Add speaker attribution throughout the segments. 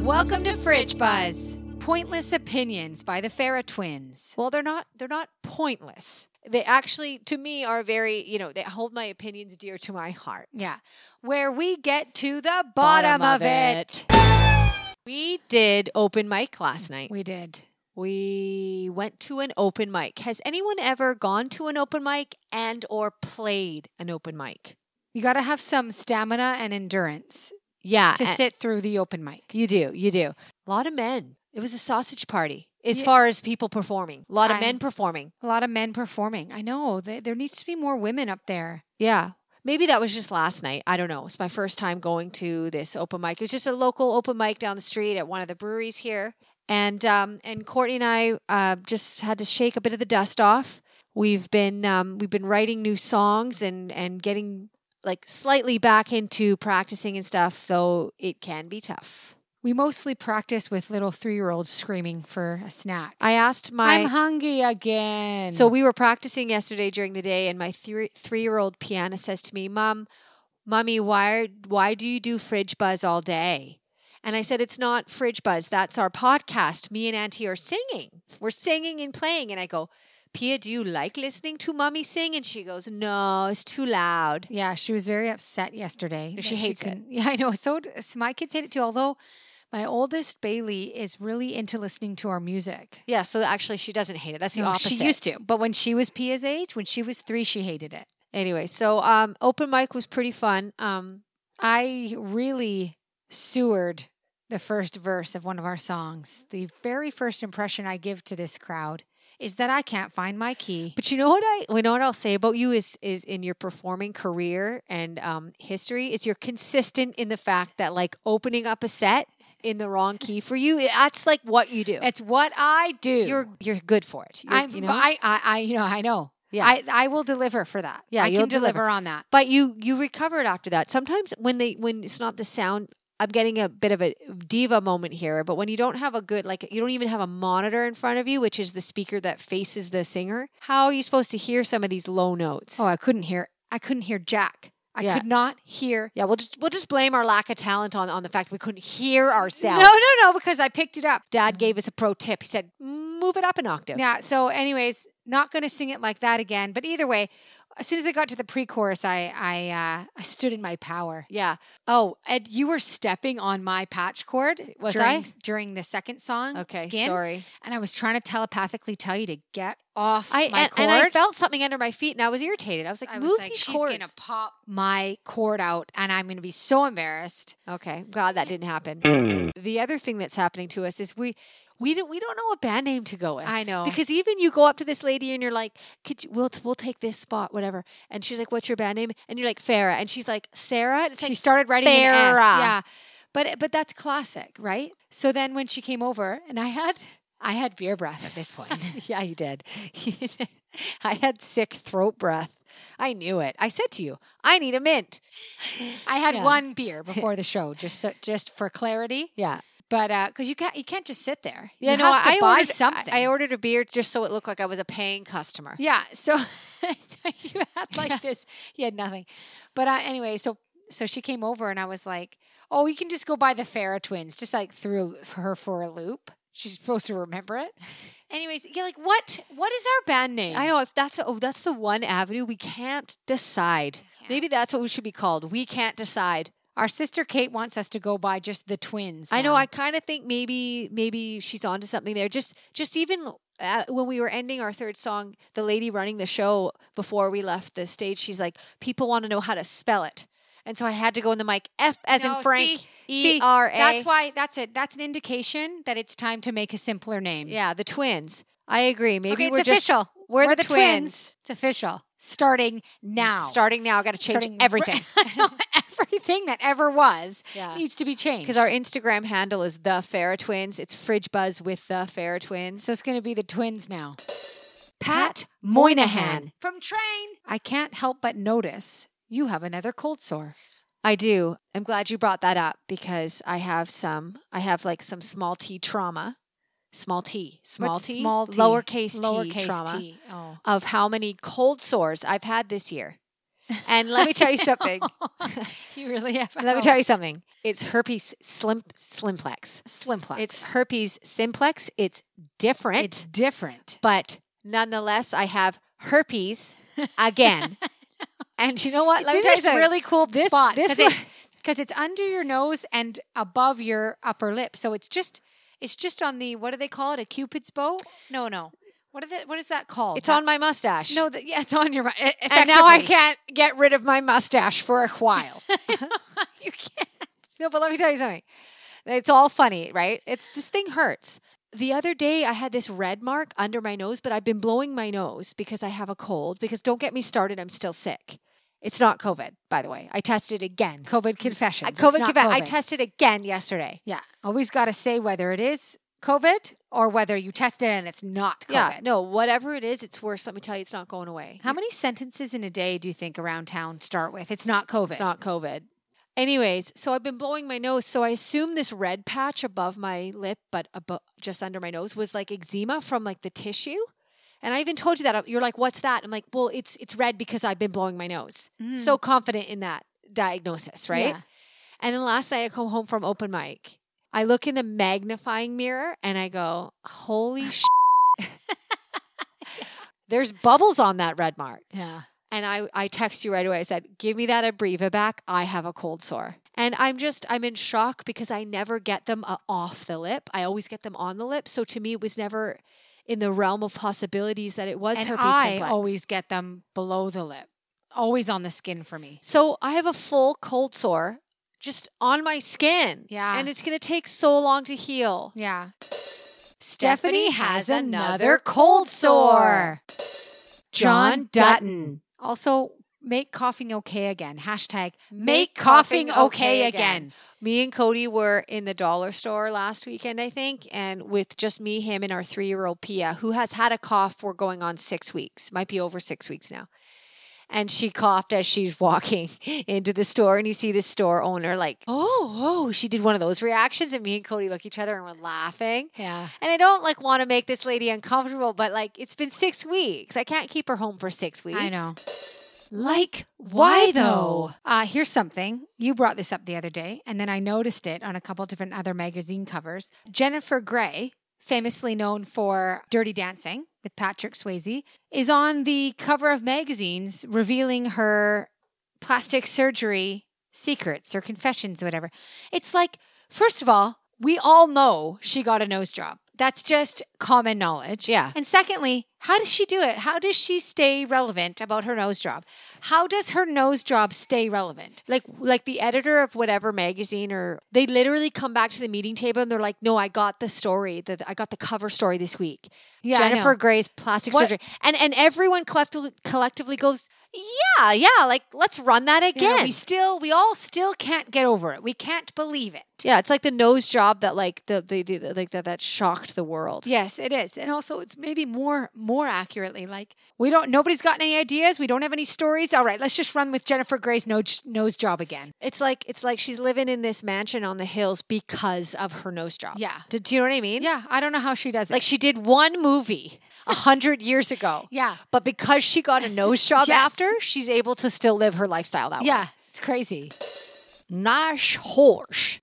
Speaker 1: Welcome to Fridge Buzz. Pointless opinions by the Farah twins.
Speaker 2: Well, they're not they're not pointless. They actually to me are very, you know, they hold my opinions dear to my heart.
Speaker 1: Yeah. Where we get to the bottom, of it.
Speaker 2: We did open mic last night.
Speaker 1: Mm, We did.
Speaker 2: We went to an open mic. Has anyone ever gone to an open mic and or played an open mic?
Speaker 1: You got to have some stamina and endurance
Speaker 2: Yeah.
Speaker 1: to
Speaker 2: a-
Speaker 1: sit through the open mic.
Speaker 2: You do, you do. A lot of men. It was a sausage party as
Speaker 1: Yeah.
Speaker 2: far as people performing. A lot of
Speaker 1: I'm-
Speaker 2: men performing.
Speaker 1: A lot of men performing. I know. Th- there needs to be more women up there.
Speaker 2: Yeah. Maybe that was just last night. I don't know. It's my first time going to this open mic. It was just a local open mic down the street at one of the breweries here. And um, and Courtney and I uh, just had to shake a bit of the dust off. We've been um, we've been writing new songs and and getting like slightly back into practicing and stuff, though it can be tough.
Speaker 1: We mostly practice with little three year olds screaming for a snack.
Speaker 2: I asked my
Speaker 1: I'm hungry again.
Speaker 2: So we were practicing yesterday during the day, and my three three year old piano says to me, "Mom, mommy, why why do you do fridge buzz all day?" And I said, "It's not fridge buzz. That's our podcast. Me and Auntie are singing. We're singing and playing." And I go, "Pia, do you like listening to mommy sing?" And she goes, "No, it's too loud."
Speaker 1: Yeah, she was very upset yesterday.
Speaker 2: She
Speaker 1: that
Speaker 2: hates it.
Speaker 1: couldn't- Yeah, I know. So, d- so my kids hate it too. Although my oldest Bailey is really into listening to our music.
Speaker 2: Yeah, so actually, she doesn't hate it. That's the
Speaker 1: No,
Speaker 2: opposite.
Speaker 1: Oh, she used to, but when she was Pia's age, when she was three, she hated it.
Speaker 2: anyway. So um, open mic was pretty fun. Um,
Speaker 1: I really sewered the first verse of one of our songs. The very first impression I give to this crowd is that I can't find my key.
Speaker 2: But you know what I, you know what I'll say about you is, is in your performing career and um, history, is you're consistent in the fact that like opening up a set in the wrong key for you, eh, that's like what you do.
Speaker 1: It's what I do.
Speaker 2: You're you're good for it. You're-
Speaker 1: I'm,
Speaker 2: you know?
Speaker 1: I, I, I, you know, I know.
Speaker 2: Yeah.
Speaker 1: I, I will deliver for that.
Speaker 2: Yeah,
Speaker 1: I
Speaker 2: you'll
Speaker 1: can
Speaker 2: deliver.
Speaker 1: deliver on that.
Speaker 2: but you you recover it after that. Sometimes when they when it's not the sound, I'm getting a bit of a diva moment here. But when you don't have a good like you don't even have a monitor in front of you, which is the speaker that faces the singer, how are you supposed to hear some of these low notes?
Speaker 1: Oh, I couldn't hear. I couldn't hear Jack. I
Speaker 2: Yeah.
Speaker 1: could not hear.
Speaker 2: Yeah, we'll just we'll just blame our lack of talent on, on the fact that we couldn't hear ourselves.
Speaker 1: No, no, no, because I picked it up.
Speaker 2: Dad gave us a pro tip. He said, "Move it up an octave."
Speaker 1: Yeah. So, anyways, not going to sing it like that again. But either way, as soon as I got to the pre-chorus, I I uh, I stood in my power.
Speaker 2: Yeah.
Speaker 1: Oh, and you were stepping on my patch cord.
Speaker 2: Was
Speaker 1: during,
Speaker 2: I?
Speaker 1: during the second song?
Speaker 2: Okay.
Speaker 1: Skin,
Speaker 2: Sorry.
Speaker 1: And I was trying to telepathically tell you to get off
Speaker 2: I
Speaker 1: my
Speaker 2: and,
Speaker 1: cord.
Speaker 2: and I felt something under my feet, and I was irritated. I was like,
Speaker 1: I
Speaker 2: "Move
Speaker 1: was like,
Speaker 2: these
Speaker 1: she's
Speaker 2: cords."
Speaker 1: gonna pop my cord out, and I'm gonna be so embarrassed.
Speaker 2: Okay. God, that didn't happen. the other thing that's happening to us is we we don't we don't know a band name to go with.
Speaker 1: I know.
Speaker 2: Because even you go up to this lady and you're like, "Could you, we'll we'll take this spot, whatever," and she's like, "What's your band name?" And you're like, "Farah," and she's like, "Sarah." And it's
Speaker 1: she
Speaker 2: like,
Speaker 1: started writing an S.
Speaker 2: Farrah.
Speaker 1: Yeah. But but that's classic, right? So then when she came over and I had I had beer breath at this point.
Speaker 2: Yeah, you did. I had sick throat breath. I knew it. I said to you, I need a mint.
Speaker 1: I had
Speaker 2: Yeah.
Speaker 1: one beer before the show just so, just for clarity.
Speaker 2: Yeah.
Speaker 1: But uh cuz you can't you can't just sit there.
Speaker 2: Yeah,
Speaker 1: you
Speaker 2: no,
Speaker 1: have to
Speaker 2: I
Speaker 1: buy
Speaker 2: ordered, I-
Speaker 1: something.
Speaker 2: I, ordered a beer just so it looked like I was a paying customer.
Speaker 1: yeah, so you had like this you had nothing. But uh, anyway, so so she came over and I was like, "Oh, you can just go buy the Farah twins." Just like threw her for a loop. She's supposed to remember it. Anyways, yeah, like what what is our band name?
Speaker 2: I know if that's oh that's the one avenue we can't decide. Maybe that's what we should be called. We can't decide.
Speaker 1: Our sister Kate wants us to go by just the twins.
Speaker 2: I know.
Speaker 1: now.
Speaker 2: I kind of think maybe maybe she's onto something there. Just just even uh, when we were ending our third song, the lady running the show before we left the stage, she's like, "People want to know how to spell it," and so I had to go in the mic. F as
Speaker 1: No,
Speaker 2: in Frank.
Speaker 1: see- see,
Speaker 2: E R A.
Speaker 1: That's why. That's it. That's an indication that it's time to make a simpler name.
Speaker 2: Yeah, the twins. I agree. Maybe
Speaker 1: okay, it's
Speaker 2: we're just
Speaker 1: official.
Speaker 2: we're the
Speaker 1: It's official. Starting now.
Speaker 2: starting now. Got to change
Speaker 1: Starting
Speaker 2: everything
Speaker 1: everything that ever was
Speaker 2: Yeah.
Speaker 1: needs to be changed.
Speaker 2: because our Instagram handle is the Farah Twins. It's Fridge Buzz with the Farah Twins.
Speaker 1: so it's going to be the twins now.
Speaker 2: Pat Moynihan.
Speaker 1: from Train. I can't help but notice you have another cold sore.
Speaker 2: I do. I'm glad you brought that up because I have some. I have like some small t trauma, small t, small
Speaker 1: What's
Speaker 2: t,
Speaker 1: small t?
Speaker 2: lowercase t
Speaker 1: Lowercase
Speaker 2: trauma
Speaker 1: T. Oh.
Speaker 2: of how many cold sores I've had this year. And let me tell you something.
Speaker 1: you really have.
Speaker 2: Let me tell you something. It's herpes slim slimplex.
Speaker 1: Slim Plex.
Speaker 2: It's herpes simplex. It's
Speaker 1: it's
Speaker 2: different,
Speaker 1: different.
Speaker 2: but nonetheless, I have herpes again. and you know what?
Speaker 1: it's in this really cool
Speaker 2: This-
Speaker 1: spot
Speaker 2: this
Speaker 1: because
Speaker 2: one-
Speaker 1: it's because it's under your nose and above your upper lip. So it's just it's just on the what do they call it? A cupid's bow? No, no. What are the, what is that called?
Speaker 2: It's on my mustache.
Speaker 1: No, the, yeah, it's on your. e-
Speaker 2: and now I
Speaker 1: effectively.
Speaker 2: can't get rid of my mustache for a while.
Speaker 1: you can't.
Speaker 2: No, but let me tell you something. It's all funny, right? It's this thing hurts. The other day I had this red mark under my nose, but I've been blowing my nose because I have a cold. Because don't get me started, I'm still sick. It's not COVID, by the way. I tested again.
Speaker 1: COVID confession.
Speaker 2: I- Uh, COVID, COVID. I tested again yesterday.
Speaker 1: Yeah, always got to say whether it is COVID or whether you tested and it's not COVID.
Speaker 2: Yeah, no, whatever it is, it's worse. Let me tell you, it's not going away.
Speaker 1: How many sentences in a day do you think around town start with? It's not COVID.
Speaker 2: It's not COVID. Anyways, so I've been blowing my nose. So I assume this red patch above my lip, but abo- just under my nose, was like eczema from like the tissue. And I even told you that. You're like, "What's that?" I'm like, "Well, it's it's red because I've been blowing my nose."
Speaker 1: Mm.
Speaker 2: So confident in that diagnosis, right?
Speaker 1: Yeah.
Speaker 2: And then last night I come home from open mic. I look in the magnifying mirror and I go, "Holy sh!" There's bubbles on that red mark.
Speaker 1: Yeah.
Speaker 2: And I, I text you right away. I said, Give me that Abreva back. I have a cold sore. And I'm just, I'm in shock because I never get them uh, off the lip. I always get them on the lip. So to me, it was never in the realm of possibilities that it was
Speaker 1: and
Speaker 2: herpes
Speaker 1: I
Speaker 2: simplex.
Speaker 1: always get them below the lip, always on the skin for me.
Speaker 2: So I have a full cold sore just on my skin.
Speaker 1: Yeah.
Speaker 2: And it's going to take so long to heal.
Speaker 1: Yeah.
Speaker 2: Stephanie has another cold sore.
Speaker 1: John Dutton. Also, make coughing okay again. Hashtag make coughing okay again.
Speaker 2: Me and Cody were in the dollar store last weekend, I think, and with just me, him, and our three year old Pia, who has had a cough for going on six weeks, might be over six weeks now. And she coughed as she's walking into the store, and you see the store owner like, oh, oh, she did one of those reactions. And me and Cody look at each other and we're laughing.
Speaker 1: Yeah.
Speaker 2: And I don't like want to make this lady uncomfortable, but like it's been six weeks. I can't keep her home for six weeks.
Speaker 1: I know.
Speaker 2: Like,
Speaker 1: Why though? Uh, here's something. You brought this up the other day, and then I noticed it on a couple different other magazine covers. Jennifer Gray, famously known for Dirty Dancing with Patrick Swayze, is on the cover of magazines revealing her plastic surgery secrets or confessions, whatever. It's like, first of all, we all know she got a nose job. That's just common knowledge.
Speaker 2: Yeah.
Speaker 1: And secondly, how does she do it? How does she stay relevant about her nose job? How does her nose job stay relevant?
Speaker 2: like like the editor of whatever magazine or they literally come back to the meeting table and they're like no i got the story that i got the cover story this week
Speaker 1: Yeah, I
Speaker 2: jennifer
Speaker 1: know.
Speaker 2: gray's plastic
Speaker 1: What-
Speaker 2: surgery and and everyone collectively, collectively goes yeah yeah like let's run that
Speaker 1: You know,
Speaker 2: again
Speaker 1: we still, we all still can't get over it. We can't believe it.
Speaker 2: yeah it's like the nose job that like the, the, the, like that that shocked the world
Speaker 1: Yes, it is. And also it's maybe more more accurately like we don't nobody's got any ideas, we don't have any stories. All right, let's just run with Jennifer Gray's nose, nose job again.
Speaker 2: it's like it's like she's living in this mansion on the hills because of her nose job
Speaker 1: Yeah.
Speaker 2: do, do you know what i mean
Speaker 1: Yeah, I don't know how she does it.
Speaker 2: like she did one movie a hundred years ago
Speaker 1: yeah.
Speaker 2: But because she got a nose job
Speaker 1: Yes.
Speaker 2: after, she's able to still live her lifestyle that way.
Speaker 1: Yeah, it's crazy.
Speaker 2: Nice horse.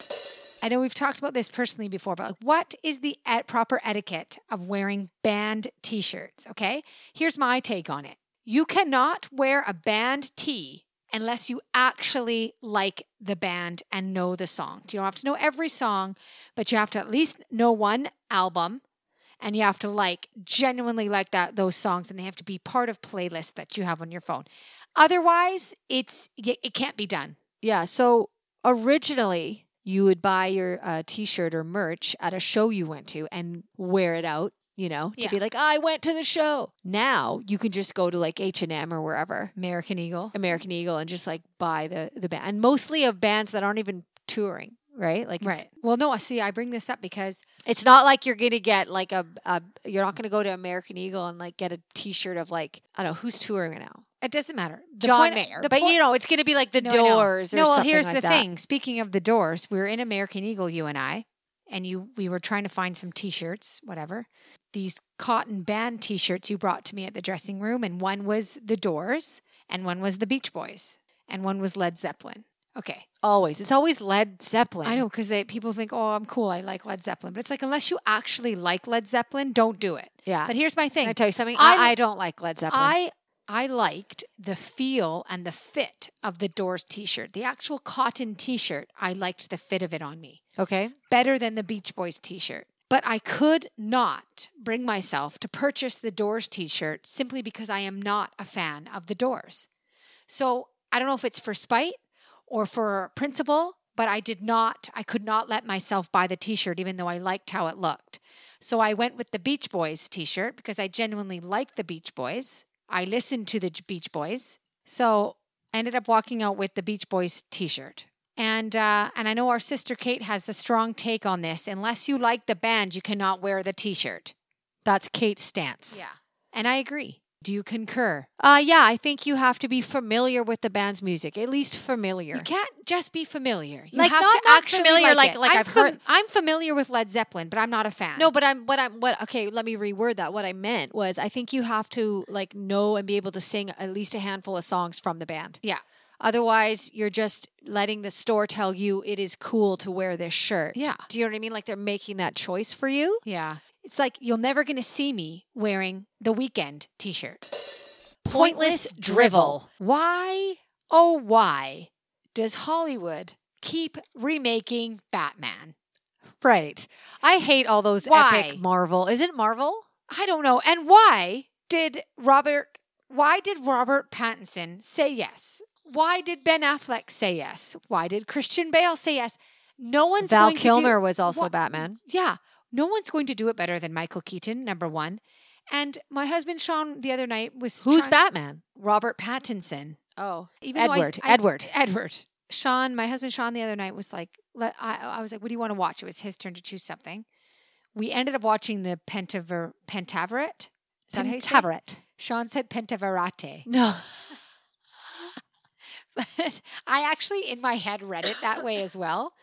Speaker 1: I know we've talked about this personally before, but like, what is the et- proper etiquette of wearing band t shirts? Okay. Here's my take on it you cannot wear a band tee unless you actually like the band and know the song. You don't have to know every song, but you have to at least know one album and you have to like genuinely like that those songs and they have to be part of playlists that you have on your phone. Otherwise, it's it can't be done.
Speaker 2: Yeah. So originally, you would buy your uh, t shirt or merch at a show you went to and wear it out. You know, to
Speaker 1: Yeah.
Speaker 2: be like, I went to the show. Now you can just go to like H and M or wherever,
Speaker 1: American Eagle.
Speaker 2: American Eagle, and just like buy the the band, and mostly of bands that aren't even touring, right? Like,
Speaker 1: Right.
Speaker 2: it's,
Speaker 1: Well, no, I see. I bring this up because
Speaker 2: it's not like you're gonna get like a, a you're not gonna go to American Eagle and like get a t shirt of like I don't know who's touring right now.
Speaker 1: it doesn't matter. The
Speaker 2: John
Speaker 1: point-
Speaker 2: Mayer.
Speaker 1: the
Speaker 2: But
Speaker 1: point-
Speaker 2: you know, it's going to be like the
Speaker 1: No, I know.
Speaker 2: doors or
Speaker 1: No, well,
Speaker 2: something
Speaker 1: here's
Speaker 2: like
Speaker 1: the
Speaker 2: that.
Speaker 1: thing. Speaking of the doors, we were in American Eagle, you and I, and you we were trying to find some T-shirts, whatever. These cotton band T-shirts you brought to me at the dressing room, and one was the Doors, and one was the Beach Boys, and one was Led Zeppelin. Okay,
Speaker 2: Always. It's always Led Zeppelin.
Speaker 1: I know because they people think, oh, I'm cool, I like Led Zeppelin, but it's like unless you actually like Led Zeppelin, don't do it.
Speaker 2: Yeah.
Speaker 1: But here's my thing:
Speaker 2: Can I tell you something?
Speaker 1: I-
Speaker 2: I, I don't like Led Zeppelin.
Speaker 1: I I liked the feel and the fit of the Doors T-shirt, the actual cotton T-shirt. I liked the fit of it on me
Speaker 2: okay.
Speaker 1: better than the Beach Boys t shirt. But I could not bring myself to purchase the Doors t shirt simply because I am not a fan of the Doors. So I don't know if it's for spite or for principle, but I did not, I could not let myself buy the t shirt even though I liked how it looked. So I went with the Beach Boys t shirt because I genuinely liked the Beach Boys. I listened to the J- Beach Boys. So I ended up walking out with the Beach Boys t shirt. And uh, and I know our sister Kate has a strong take on this. Unless you like the band, you cannot wear the T-shirt.
Speaker 2: That's Kate's stance.
Speaker 1: and I agree. Do you concur?
Speaker 2: Uh, yeah, I think you have to be familiar with the band's music, at least familiar.
Speaker 1: You can't just be familiar. You
Speaker 2: Like,
Speaker 1: have
Speaker 2: not-
Speaker 1: to
Speaker 2: not
Speaker 1: actually
Speaker 2: familiar
Speaker 1: like
Speaker 2: like-
Speaker 1: it.
Speaker 2: like
Speaker 1: I'm
Speaker 2: I've heard-
Speaker 1: I'm familiar with Led Zeppelin, but I'm not a fan.
Speaker 2: No, but I'm what I'm what okay, let me reword that. What I meant was I think you have to like know and be able to sing at least a handful of songs from the band.
Speaker 1: Yeah.
Speaker 2: Otherwise, you're just letting the store tell you it is cool to wear this shirt.
Speaker 1: Yeah.
Speaker 2: Do you know what I mean? Like they're making that choice for you.
Speaker 1: yeah, it's like you're never going to see me wearing the Weekend T-shirt.
Speaker 2: Pointless drivel.
Speaker 1: Why? Oh, why does Hollywood keep remaking Batman?
Speaker 2: Right. I hate all those
Speaker 1: Why?
Speaker 2: epic Marvel. Is it Marvel?
Speaker 1: I don't know. And why did Robert why did Robert Pattinson say yes? Why did Ben Affleck say yes? Why did Christian Bale say yes? No one's
Speaker 2: Val
Speaker 1: going to do-
Speaker 2: Kilmer was also
Speaker 1: Wha-
Speaker 2: Batman.
Speaker 1: Yeah. No one's going to do it better than Michael Keaton, number one. And my husband Sean the other night was
Speaker 2: Who's
Speaker 1: trying-
Speaker 2: Batman?
Speaker 1: Robert Pattinson.
Speaker 2: Oh.
Speaker 1: Even though I-
Speaker 2: Edward.
Speaker 1: I-
Speaker 2: Edward.
Speaker 1: Edward. Sean, my husband Sean, the other night was like, let, I, I was like, what do you want to watch? It was his turn to choose something. We ended up watching the Pentaver, Pentaveret. Is that how you say it?
Speaker 2: Tabaret.
Speaker 1: Sean said Pentaverate.
Speaker 2: No.
Speaker 1: But I actually, in my head, read it that way as well.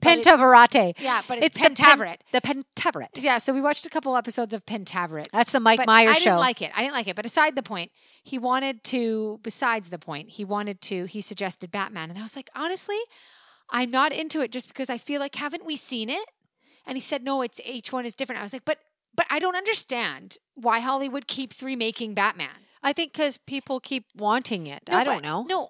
Speaker 1: But it's-
Speaker 2: Pentaverate.
Speaker 1: Yeah, but it's,
Speaker 2: the pen-
Speaker 1: Pentaveret.
Speaker 2: The Pentaveret.
Speaker 1: yeah, so we watched a couple episodes of Pentaveret.
Speaker 2: That's the Mike
Speaker 1: But
Speaker 2: Myers
Speaker 1: I
Speaker 2: show.
Speaker 1: didn't like it. I didn't like it. But aside the point, he wanted to, besides the point, he wanted to, he suggested Batman. And I was like, honestly, I'm not into it just because I feel like, haven't we seen it? And he said, no, it's each one is different. I was like, but, but I don't understand why Hollywood keeps remaking Batman.
Speaker 2: I think because people keep wanting it.
Speaker 1: No,
Speaker 2: I don't
Speaker 1: but-
Speaker 2: know.
Speaker 1: No.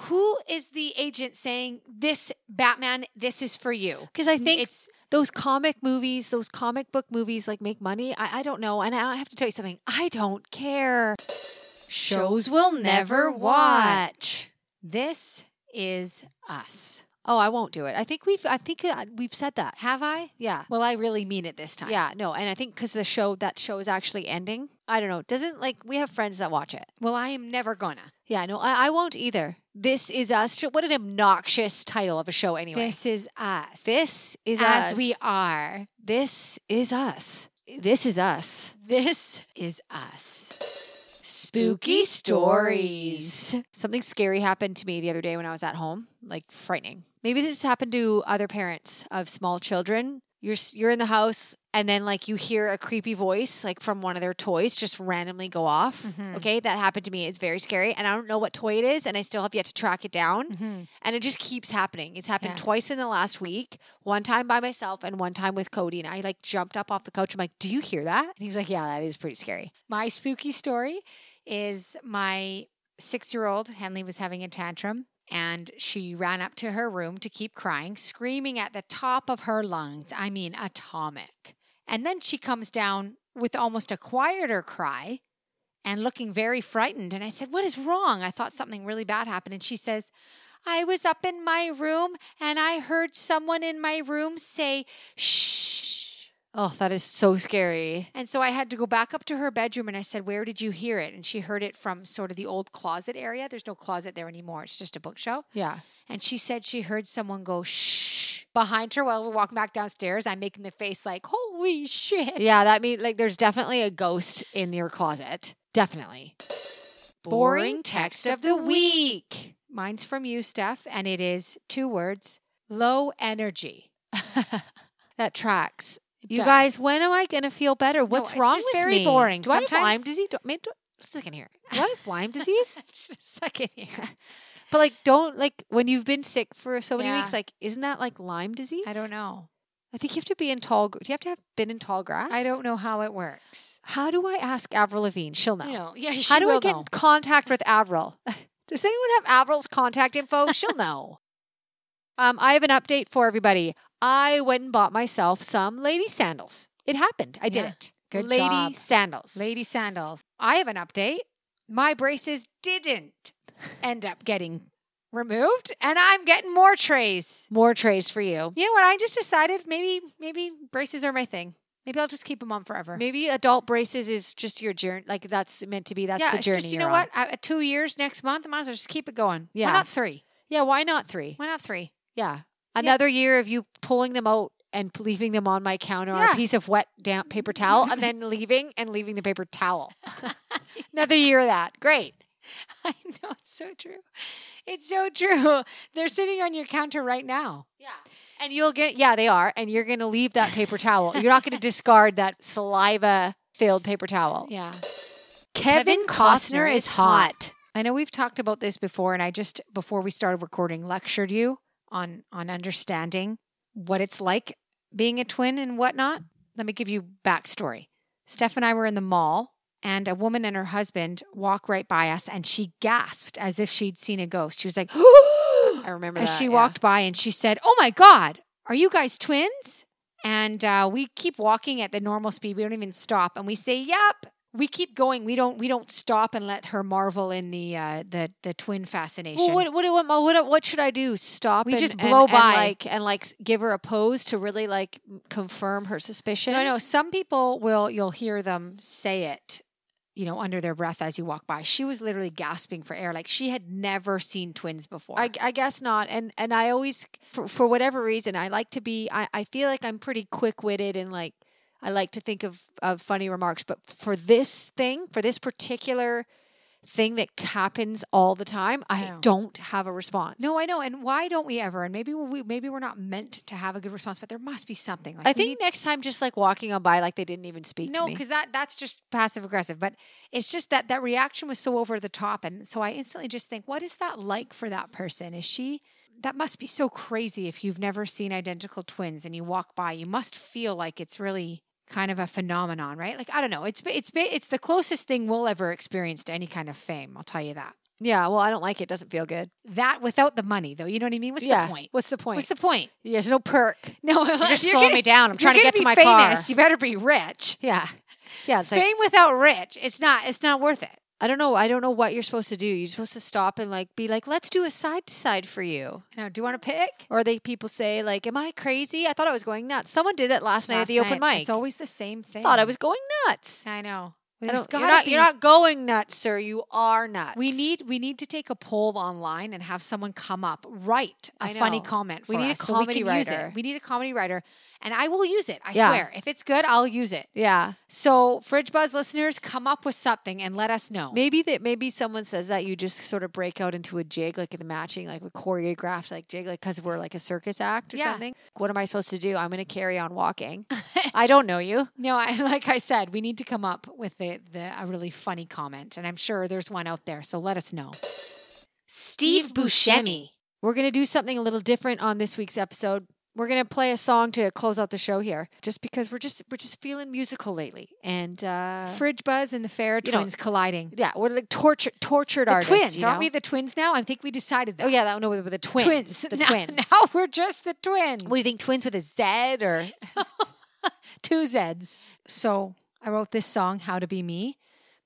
Speaker 1: Who is the agent saying this Batman, this is for you?
Speaker 2: 'Cause I think-
Speaker 1: it's
Speaker 2: Those comic movies, those comic book movies, like make money. I, I don't know. And I have to tell you something. I don't care. Shows we'll never watch.
Speaker 1: this is us.
Speaker 2: Oh, I won't do it. I think we've. I think uh, we've said that.
Speaker 1: Have I?
Speaker 2: Yeah.
Speaker 1: Well, I really mean it this time.
Speaker 2: Yeah. No. And I think because the show that show is actually ending. I don't know. Doesn't like we have friends that watch it.
Speaker 1: Well, I am never gonna.
Speaker 2: Yeah. No. I, I won't either. This is us. What an obnoxious title of a show. Anyway.
Speaker 1: This is us.
Speaker 2: This is
Speaker 1: as
Speaker 2: us.
Speaker 1: we are.
Speaker 2: This is us. This is us.
Speaker 1: This is us.
Speaker 2: Spooky stories. Something scary happened to me the other day when I was at home, like frightening. Maybe this happened to other parents of small children. You're s- you're in the house and then like you hear a creepy voice like from one of their toys just randomly go off.
Speaker 1: Mhm.
Speaker 2: Okay, that happened to me. It's very scary and I don't know what toy it is and I still have yet to track it down
Speaker 1: Mhm.
Speaker 2: and it just keeps happening. It's happened
Speaker 1: Yeah.
Speaker 2: twice in the last week, one time by myself and one time with Cody and I like jumped up off the couch. I'm like, "Do you hear that?" And he was like, "Yeah, that is pretty scary."
Speaker 1: My spooky story is my six year old, Henley, was having a tantrum and she ran up to her room to keep crying, screaming at the top of her lungs. I mean, atomic. And then she comes down with almost a quieter cry and looking very frightened. And I said, What is wrong? I thought something really bad happened. And she says, I was up in my room and I heard someone in my room say, shh.
Speaker 2: Oh, that is so scary.
Speaker 1: And so I had to go back up to her bedroom and I said, Where did you hear it? And she heard it from sort of the old closet area. There's no closet there anymore, it's just a bookshelf.
Speaker 2: Yeah.
Speaker 1: And she said she heard someone go, Shh, behind her while we're walking back downstairs. I'm making the face like, Holy shit.
Speaker 2: Yeah, that means like there's definitely a ghost in your closet. Definitely.
Speaker 1: Boring text of the
Speaker 2: week.
Speaker 1: Mine's from you, Steph, and it is two words low energy.
Speaker 2: that tracks.
Speaker 1: It
Speaker 2: You
Speaker 1: does.
Speaker 2: guys, when am I gonna feel better? What's
Speaker 1: it's
Speaker 2: wrong
Speaker 1: just
Speaker 2: with
Speaker 1: very
Speaker 2: me?
Speaker 1: boring.
Speaker 2: Do I have Lyme
Speaker 1: Sometimes-
Speaker 2: disease? Do, maybe do-
Speaker 1: suck in here.
Speaker 2: What Lyme disease?
Speaker 1: Just suck in here.
Speaker 2: but like, don't like when you've been sick for so many
Speaker 1: Yeah.
Speaker 2: weeks. Like, isn't that like Lyme disease?
Speaker 1: I don't know.
Speaker 2: I think you have to be in tall. gr- Do you have to have been in tall grass?
Speaker 1: I don't know how it works.
Speaker 2: How do I ask Avril Lavigne? She'll know.
Speaker 1: You know, yeah, she
Speaker 2: How do I
Speaker 1: will
Speaker 2: get
Speaker 1: know.
Speaker 2: in contact with Avril? Does anyone have Avril's contact info? She'll know. Um, I have an update for everybody. I went and bought myself some lady sandals. It happened. I did
Speaker 1: Yeah.
Speaker 2: it.
Speaker 1: Good
Speaker 2: lady
Speaker 1: job.
Speaker 2: sandals.
Speaker 1: Lady Sandals. I have an update. My braces didn't end up getting removed, and I'm getting more trays.
Speaker 2: More trays for you.
Speaker 1: You know what? I just decided maybe maybe braces are my thing. Maybe I'll just keep them on forever.
Speaker 2: Maybe adult braces is just your journey. Like that's meant to be. That's
Speaker 1: yeah,
Speaker 2: the
Speaker 1: it's
Speaker 2: journey.
Speaker 1: just you
Speaker 2: you're
Speaker 1: know
Speaker 2: on.
Speaker 1: what? I, at two years next month, I might as well just keep it going.
Speaker 2: Yeah.
Speaker 1: Why not three?
Speaker 2: Yeah. Why not three?
Speaker 1: Why not three?
Speaker 2: Yeah. Another year of you pulling them out and p- leaving them on my counter on
Speaker 1: Yeah.
Speaker 2: a piece of wet, damp paper towel and then leaving and leaving the paper towel. Another year of that. Great.
Speaker 1: I know it's so true. It's so true. They're sitting on your counter right now.
Speaker 2: Yeah. And you'll get, yeah, they are. And you're going to leave that paper towel. You're not going to discard that saliva filled paper towel.
Speaker 1: Yeah.
Speaker 2: Kevin Costner is hot.
Speaker 1: I know we've talked about this before, and I just before we started recording lectured you on on understanding what it's like being a twin and whatnot. Let me give you backstory. Steph and I were in the mall, and a woman and her husband walk right by us, and she gasped as if she'd seen a ghost. She was like,
Speaker 2: I remember
Speaker 1: as
Speaker 2: that,
Speaker 1: she
Speaker 2: yeah.
Speaker 1: walked by and she said, "Oh my God, are you guys twins?" And uh, we keep walking at the normal speed. We don't even stop, and we say, "Yep." We keep going. We don't. We don't stop and let her marvel in the uh, the the twin fascination.
Speaker 2: Well, what, what, do- what, what, what should I do? Stop
Speaker 1: We
Speaker 2: and,
Speaker 1: just
Speaker 2: and-
Speaker 1: blow
Speaker 2: and,
Speaker 1: by.
Speaker 2: like, and like s- give her a pose to really like m- confirm her suspicion?
Speaker 1: no, no. Some people will. You'll hear them say it. You know, under their breath as you walk by. She was literally gasping for air, like she had never seen twins before.
Speaker 2: I, I guess not. And and I always, for, for whatever reason, I like to be. I, I feel like I'm pretty quick witted and like I like to think of of funny remarks. But for this thing, for this particular thing that happens all the time, I
Speaker 1: know.
Speaker 2: don't have a response.
Speaker 1: no, I know. And why don't we ever? And maybe we maybe we're not meant to have a good response, but there must be something. Like
Speaker 2: I
Speaker 1: we
Speaker 2: think
Speaker 1: need
Speaker 2: next time, just like walking on by, like they didn't even speak
Speaker 1: no
Speaker 2: to me.
Speaker 1: because that that's just passive aggressive but it's just that that reaction was so over the top and so i instantly just think what is that like for that person is she that must be so crazy if you've never seen identical twins and you walk by you must feel like it's really kind of a phenomenon right like i don't know it's it's it's the closest thing we'll ever experience to any kind of fame i'll tell you that
Speaker 2: Yeah, well, I don't like it. Doesn't feel good.
Speaker 1: that without the money though you know what i mean what's
Speaker 2: yeah.
Speaker 1: the point
Speaker 2: What's the point?
Speaker 1: what's the point
Speaker 2: yeah, there's no perk.
Speaker 1: no
Speaker 2: You're
Speaker 1: if
Speaker 2: just
Speaker 1: you're
Speaker 2: slowing
Speaker 1: gonna-
Speaker 2: me down. I'm
Speaker 1: if you're
Speaker 2: trying to get
Speaker 1: gonna
Speaker 2: to my
Speaker 1: be
Speaker 2: car.
Speaker 1: famous, you better be rich
Speaker 2: Yeah, yeah. It's like,
Speaker 1: fame without rich it's not it's not worth it
Speaker 2: I don't know. I don't know what you're supposed to do. You're supposed to stop and like be like, let's do a side to side for you.
Speaker 1: Now, do you want to pick?
Speaker 2: Or they people say like, am I crazy? I thought I was going nuts. Someone did it last, night at the open mic.
Speaker 1: It's always the same thing.
Speaker 2: thought I was going nuts.
Speaker 1: I know.
Speaker 2: I
Speaker 1: There's
Speaker 2: don't- you're,
Speaker 1: gotta
Speaker 2: not,
Speaker 1: be-
Speaker 2: you're not going nuts, sir. You are nuts.
Speaker 1: We need we need to take a poll online and have someone come up write a
Speaker 2: I
Speaker 1: funny
Speaker 2: know.
Speaker 1: comment. For
Speaker 2: We need a
Speaker 1: us so we
Speaker 2: comedy
Speaker 1: can use it.
Speaker 2: writer.
Speaker 1: We need a comedy writer, and I will use it. I
Speaker 2: Yeah.
Speaker 1: swear. If it's good, I'll use it.
Speaker 2: Yeah,
Speaker 1: So, Fridge Buzz listeners, come up with something and let us know.
Speaker 2: maybe that. Maybe someone says that you just sort of break out into a jig, like in the matching, like a choreographed like jig, like because we're like a circus act or
Speaker 1: Yeah.
Speaker 2: something. What am I supposed to do? I'm going to carry on walking. I don't know you.
Speaker 1: No, I, like I said, we need to come up with the, the a really funny comment, and I'm sure there's one out there. So let us know. Steve Buscemi.
Speaker 2: We're going to do something a little different on this week's episode. We're going to play a song to close out the show here just because we're just we're just feeling musical lately. And uh
Speaker 1: Fridge Buzz and the Farrah
Speaker 2: You know,
Speaker 1: twins colliding.
Speaker 2: yeah, we're like tortured tortured
Speaker 1: the
Speaker 2: artists,
Speaker 1: twins.
Speaker 2: you
Speaker 1: Aren't
Speaker 2: know?
Speaker 1: we the twins now? I think we decided that.
Speaker 2: Oh yeah, that no, we're the twins. The
Speaker 1: now,
Speaker 2: twins.
Speaker 1: Now we're just the twins.
Speaker 2: What do you think twins with a Z or
Speaker 1: Two Zs. So I wrote this song, How to Be Me,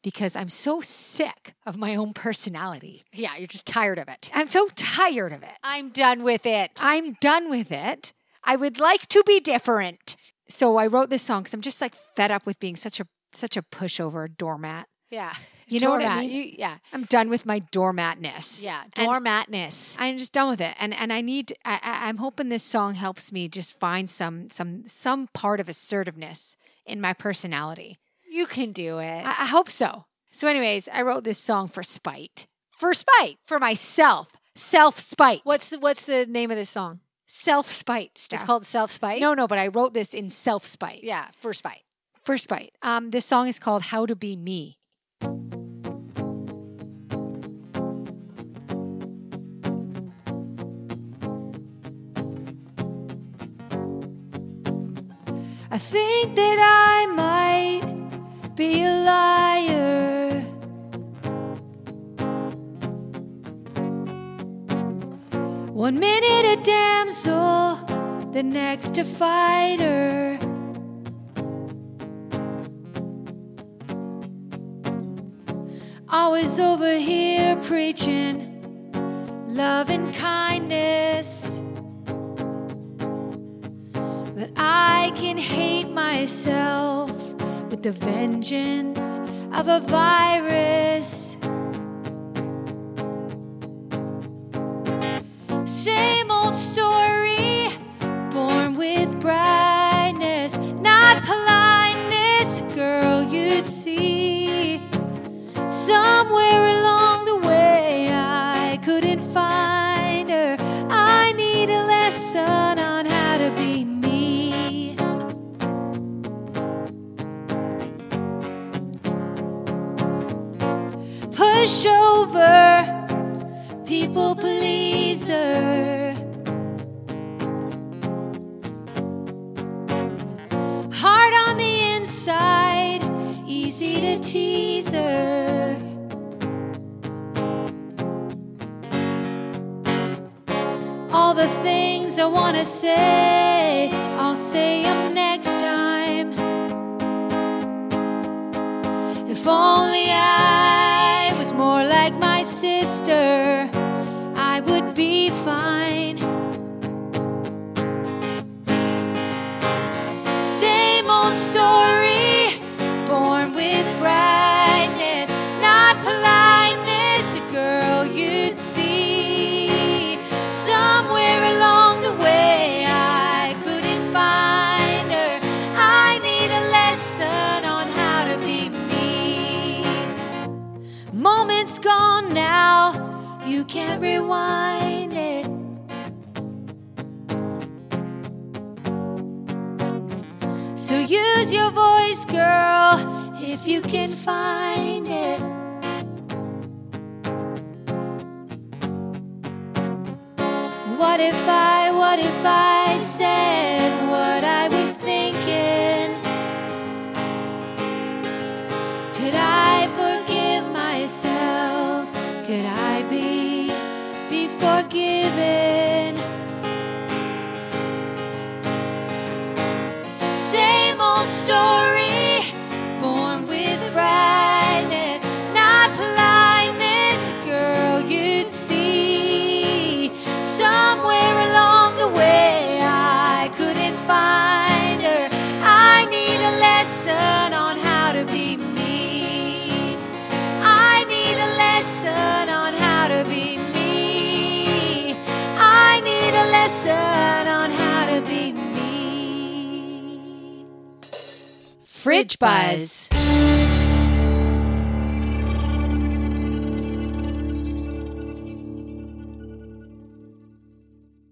Speaker 1: because I'm so sick of my own personality.
Speaker 2: Yeah, you're just tired of it.
Speaker 1: I'm so tired of it.
Speaker 2: I'm done with it.
Speaker 1: I'm done with it. I would like to be different. So I wrote this song because I'm just like fed up with being such a such a pushover doormat.
Speaker 2: yeah.
Speaker 1: You know what I
Speaker 2: Doormat.
Speaker 1: mean?
Speaker 2: You- yeah.
Speaker 1: I'm done with my doormatness.
Speaker 2: Yeah.
Speaker 1: And
Speaker 2: Doormatness.
Speaker 1: I'm just done with it, and and I need. I, I- I'm hoping this song helps me just find some some some part of assertiveness in my personality.
Speaker 2: You can do it.
Speaker 1: I, I hope so. So, anyways, I wrote this song for spite,
Speaker 2: For spite.
Speaker 1: for myself, self spite.
Speaker 2: What's the, what's the name of this song?
Speaker 1: self spite stuff?
Speaker 2: It's called Self Spite.
Speaker 1: no, no, but I wrote this in self spite.
Speaker 2: Yeah, for spite.
Speaker 1: for spite. Um, this song is called "How to Be Me." I think that I might be a liar. One minute a damsel, the next a fighter. Always over here preaching love and kindness. But I can hate myself with the vengeance of a virus. Same old story, born with brightness, not politeness, girl, you'd see. Somewhere along the way, I couldn't find her. I need a lesson on how to be me. Push over, people pleaser. Hard on the inside, easy to tease her. All the things I wanna say, I'll say them next time. If only I was more like my sister, I would be fine. Same old story, born with brightness, not politeness, a girl you'd see. Somewhere along the way, I couldn't find her. I need a lesson on how to be me. Moments gone now, you can't rewind it. So use your voice, girl, if you can find it. What if I, what if I said what I was thinking? Could I forgive myself? Could I be, be forgiven? Same old story, born with brightness, not politeness, girl, you'd see. Somewhere along the way, I couldn't find her. I need a lesson on how to be me. I need a lesson on how to be me. I need a lesson on how to be me. Fridge Buzz.